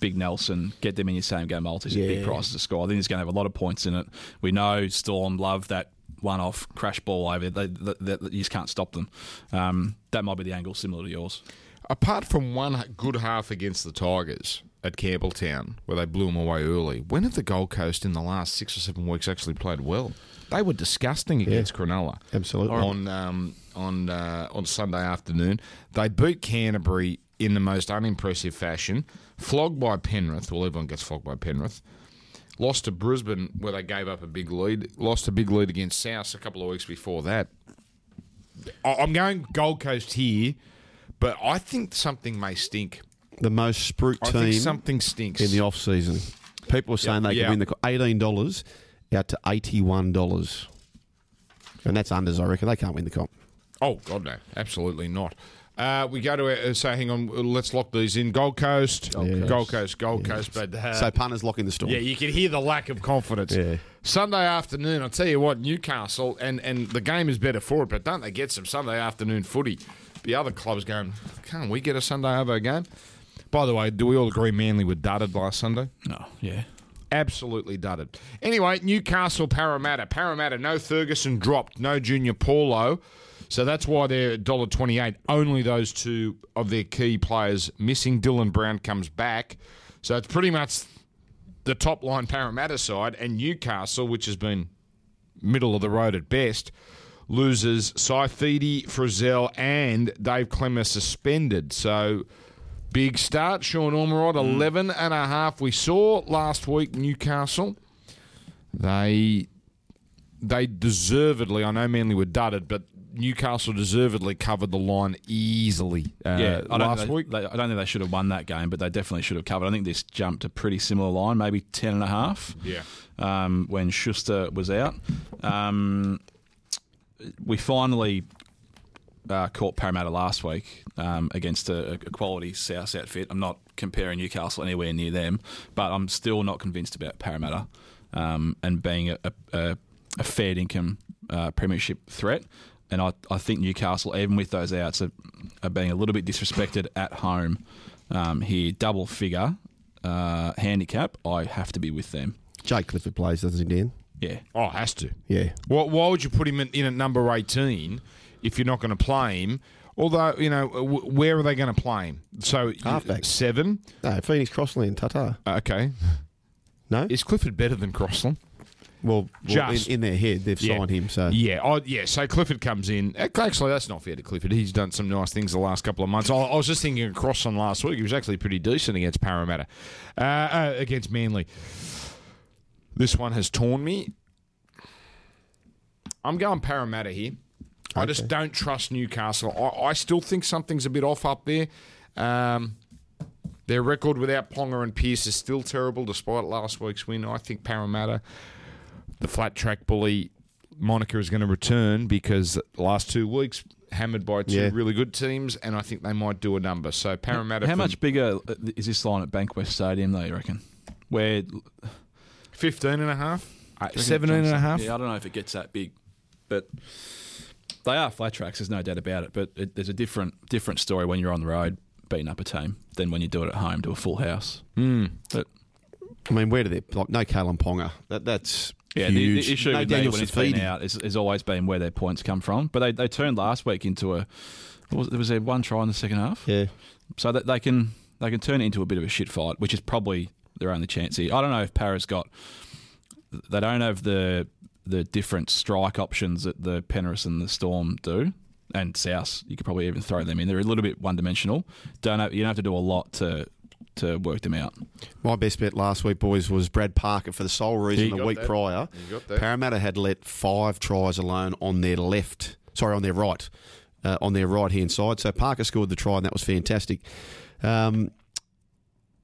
Big Nelson, get them in your same game multis at big prices to score. I think he's going to have a lot of points in it. We know Storm love that one off crash ball over there. They, they, they- you just can't stop them. Um, that might be the angle similar to yours. apart from one good half against the Tigers at Campbelltown, where they blew them away early, when have the Gold Coast in the last six or seven weeks actually played well? They were disgusting against Cronulla. Absolutely. On um, on uh, on Sunday afternoon, they beat Canterbury in the most unimpressive fashion. Flogged by Penrith. Well, everyone gets flogged by Penrith. Lost to Brisbane, where they gave up a big lead. Lost a big lead against South a couple of weeks before that. I- I'm going Gold Coast here, but I think something may stink. The most sprute I team think something stinks. in the off season. People were saying they Yeah. could win the co- eighteen dollars out to eighty one dollars, and that's unders. I reckon they can't win the comp. oh God, no, absolutely not. Uh, we go to our, uh, so hang on. Let's lock these in. Gold Coast, Gold Coast, Gold Coast, But uh, so punters locking the storm. yeah, you can hear the lack of confidence. Yeah. Sunday afternoon, I'll tell you what, Newcastle and and the game is better for it. But don't they get some Sunday afternoon footy? The other clubs going, can't we get a Sunday over game? By the way, do we all agree Manly were dudded last Sunday? No, yeah. absolutely dudded. Anyway, Newcastle Parramatta. Parramatta, no Ferguson dropped, no junior Paulo. So that's why they're $1.28. Only those two of their key players missing. Dylan Brown comes back. So it's pretty much the top line Parramatta side and Newcastle, which has been middle of the road at best, loses Saifidi, Frizzell, and Dave Clemmer suspended. So big start. Sean Ormerod, Mm. 11 and a half. We saw last week Newcastle. They they deservedly, I know Manly were dudded, but Newcastle deservedly covered the line easily uh, Yeah, I don't, last think they, week. they- I don't think they should have won that game, but they definitely should have covered. I think this jumped a pretty similar line, maybe 10 and a half. Yeah. um, when Schuster was out. Um, we finally uh, caught Parramatta last week um, against a, a quality South outfit. I'm not comparing Newcastle anywhere near them, but I'm still not convinced about Parramatta um, and being a, a- a, a fair income uh, premiership threat. And I, I think Newcastle, even with those outs, are, are being a little bit disrespected at home um, here. Double figure uh, handicap, I have to be with them. Jake Clifford plays, doesn't he, Dan? Yeah. Oh, has to. Yeah. Why, why would you put him in, in at number 18 if you're not going to play him? Although, you know, w- where are they going to play him? So, you- Halfback. seven. No, Phoenix Crossland, Tata. Uh, Okay. No? Is Clifford better than Crossland? Well, well, in, Just. in their head, they've signed him. So yeah, oh, yeah. So Clifford comes in. Actually, that's not fair to Clifford. He's done some nice things the last couple of months. I, I was just thinking across on last week. He was actually pretty decent against Parramatta, uh, uh, against Manly. This one has torn me. I'm going Parramatta here. I just don't trust Newcastle. I, I still think something's a bit off up there. Um, their record without Ponga and Pearce is still terrible despite last week's win. I think Parramatta, the flat track bully, Monica is going to return because last two weeks hammered by two Yeah. really good teams, and I think they might do a number. So Parramatta, How from much bigger uh, is this line at Bankwest Stadium, though, you reckon? Where 15 and a half, Uh, 17 and a half. Yeah, I don't know if it gets that big, but they are flat tracks. There's no doubt about it. But it, there's a different different story when you're on the road beating up a team than when you do it at home to a full house. Hmm. Mm. But I mean, where do they like no Kalen Ponga? That that's yeah, the, huge. the issue no with me Daniel when it's Safidi. been out is, is always been where their points come from. But they, they turned last week into a what was it, there was there one try in the second half. Yeah, so that they can they can turn it into a bit of a shit fight, which is probably their only chance here. I don't know if Paris got they don't have the the different strike options that the Penrith and the Storm do, and South. You could probably even throw them in. They're a little bit one dimensional. Don't have, you don't have to do a lot to to work them out. my best bet last week, boys, was Brad Parker for the sole reason You the got week that. prior. You got that. Parramatta had let five tries alone on their left, sorry, on their right, uh, on their right hand side. So Parker scored the try, and that was fantastic. Um,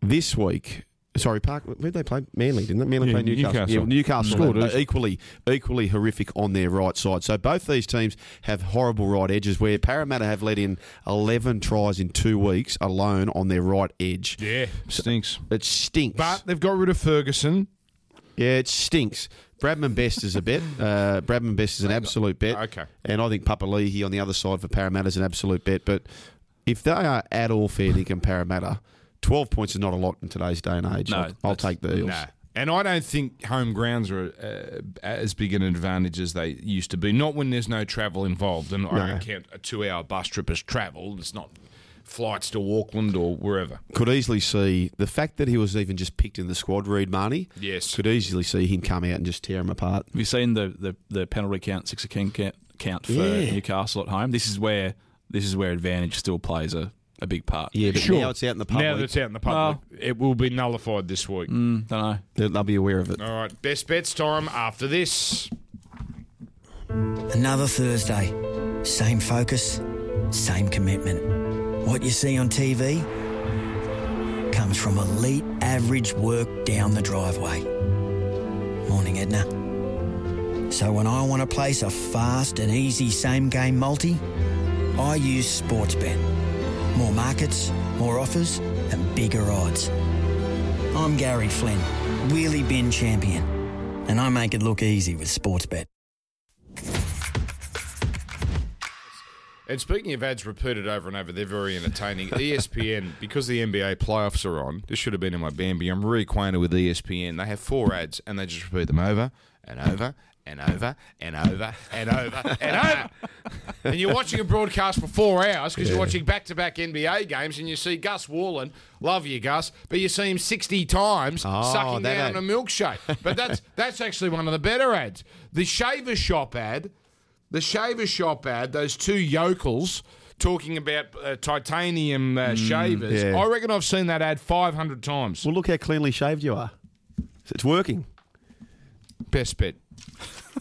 this week, sorry, Park, where did they play? Manly, didn't they? Manly Yeah, played Newcastle. Newcastle. Yeah, Newcastle Scored, uh, isn't equally, equally horrific on their right side. So both these teams have horrible right edges. Where Parramatta have let in eleven tries in two weeks alone on their right edge. Yeah, stinks. It stinks. But they've got rid of Ferguson. Yeah, it stinks. Bradman Best is a bet. Uh, Bradman Best is an absolute bet. Okay. And I think Papalihi on the other side for Parramatta is an absolute bet. But if they are at all fair dinkum Parramatta, 12 points is not a lot in today's day and age. No, I'll, I'll that's- take the Eels. No. And I don't think home grounds are uh, as big an advantage as they used to be. Not when there's no travel involved. And I No. don't count a two hour bus trip as travel. It's not flights to Auckland or wherever. Could easily see the fact that he was even just picked in the squad, Reed Marnie. Yes. Could easily see him come out and just tear him apart. Have you seen the the, the penalty count six king count, count for Yeah. Newcastle at home? This is where this is where advantage still plays a, a big part. Yeah, but Sure. now it's out in the Now public. Mm. that it's out in the public, it will be nullified this week. don't know. they'll, they'll be aware of it. All right. Best bets time after this. Another Thursday. Same focus, same commitment. What you see on TV comes from elite average work down the driveway. Morning, Edna. So when I want to place a fast and easy same game multi, I use Sportsbet. More markets, more offers, and bigger odds. I'm Gary Flynn, Wheelie Bin Champion, and I make it look easy with Sportsbet. And speaking of ads repeated over and over, they're very [laughs] entertaining. E ESPN, because the NBA playoffs are on, this should have been in my Bambi. I'm reacquainted with E ESPN. They have four ads and they just repeat them over and over and over and over and over and [laughs] over. And you're watching a broadcast for four hours because you're watching back to back NBA games and you see Gus Wallen, love you, Gus, but you see him 60 times Oh, sucking that down ad. a milkshake. But that's, that's actually one of the better ads. The Shaver Shop ad. The shaver shop ad, those two yokels talking about uh, titanium uh, shavers. yeah. I reckon I've seen that ad 500 times. Well, look how cleanly shaved you are. It's working. Best bet.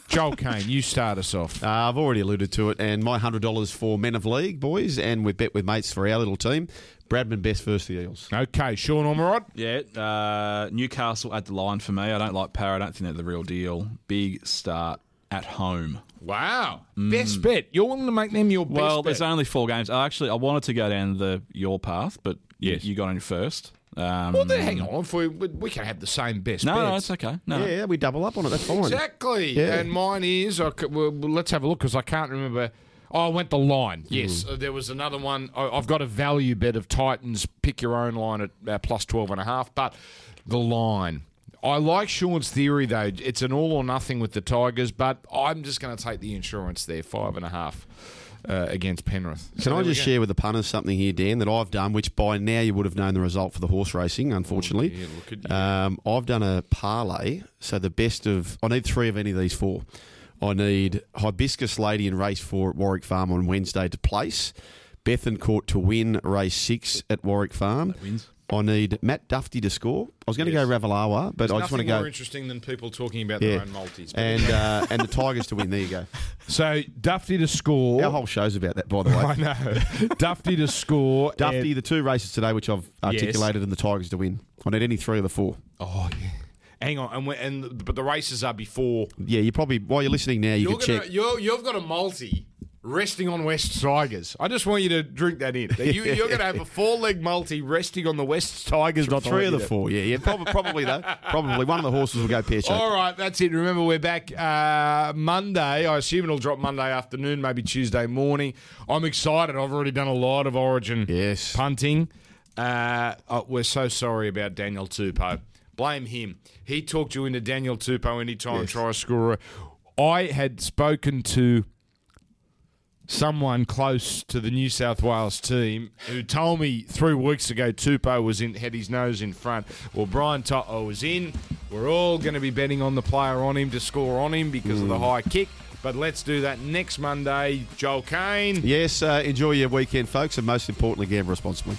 Joel Kane, you start us off. Uh, I've already alluded to it, and my hundred dollars for men of league boys, and we bet with mates for our little team. Bradman best versus the Eels. Okay, Sean Ormerod. Yeah, uh, Newcastle at the line for me. I don't like Power. I don't think they're the real deal. Big start at home. Wow. Best bet. You're willing to make them your best Mm. Well, bet. there's only four games. I actually I wanted to go down the your path, but Yes. you, you got on first. Um, well, then, hang on. If we, we, we can have the same best no, bets. no, it's okay. No, no. Yeah, we double up on it. That's fine. Uh-huh. Exactly. Yeah. And mine is. I c well, well, let's have a look because I can't remember. Oh, I went the Mm. line. Yes, Uh, there was another one. I, I've got a value bet of Titans. Pick your own line at uh, plus twelve and a half. But the line. I like Sean's theory though. It's an all or nothing with the Tigers, but I'm just going to take the insurance there, five and a half. uh, against Penrith. So Can I there we just go. share with the punters something here, Dan, that I've done, which by now you would have known the result for the horse racing, unfortunately. yeah, Oh, look at you. um, I've done a parlay, so the best of I need three of any of these four. I need Hibiscus Lady in race four at Warwick Farm on Wednesday to place, Bethancourt to win race six at Warwick Farm. wins. I need Matt Dufty to score. I was going to Yes. go Ravalawa, but I There's just want to nothing more go. interesting than people talking about Yeah. their own multis. but- And uh, and the Tigers to win. There [laughs] you go. So Duffy to score. Our whole show's about that, by the way. I [laughs] know. Duffy to score. Dufty, and- the two races today, which I've articulated, and the Tigers to win. I need any three of the four. oh, yeah. hang on, and, we and but the races are before. Yeah, you probably while you're listening now, you You're can gonna, check. you're, you've got a multi resting on West Tigers. I just want you to drink that in. That You, you're going to have [laughs] a four leg multi resting on the West Tigers. not Three of the Tigers. four. Yeah, yeah, probably, [laughs] probably though. Probably one of the horses will go pear shaped. All right, that's it. Remember, we're back uh, Monday. I assume it'll drop Monday afternoon, maybe Tuesday morning. I'm excited. I've already done a lot of Origin Yes. punting. Uh, oh, we're so sorry about Daniel Tupou. Blame him. He talked you into Daniel Tupou anytime try scorer. I had spoken to someone close to the New South Wales team who told me three weeks ago Tupou was in had his nose in front. Well, Brian Toto was in. We're all going to be betting on the player on him to score on him because of the high kick. But let's do that next Monday. Joel Kane. Yes, uh, enjoy your weekend, folks, and most importantly, gamble responsibly.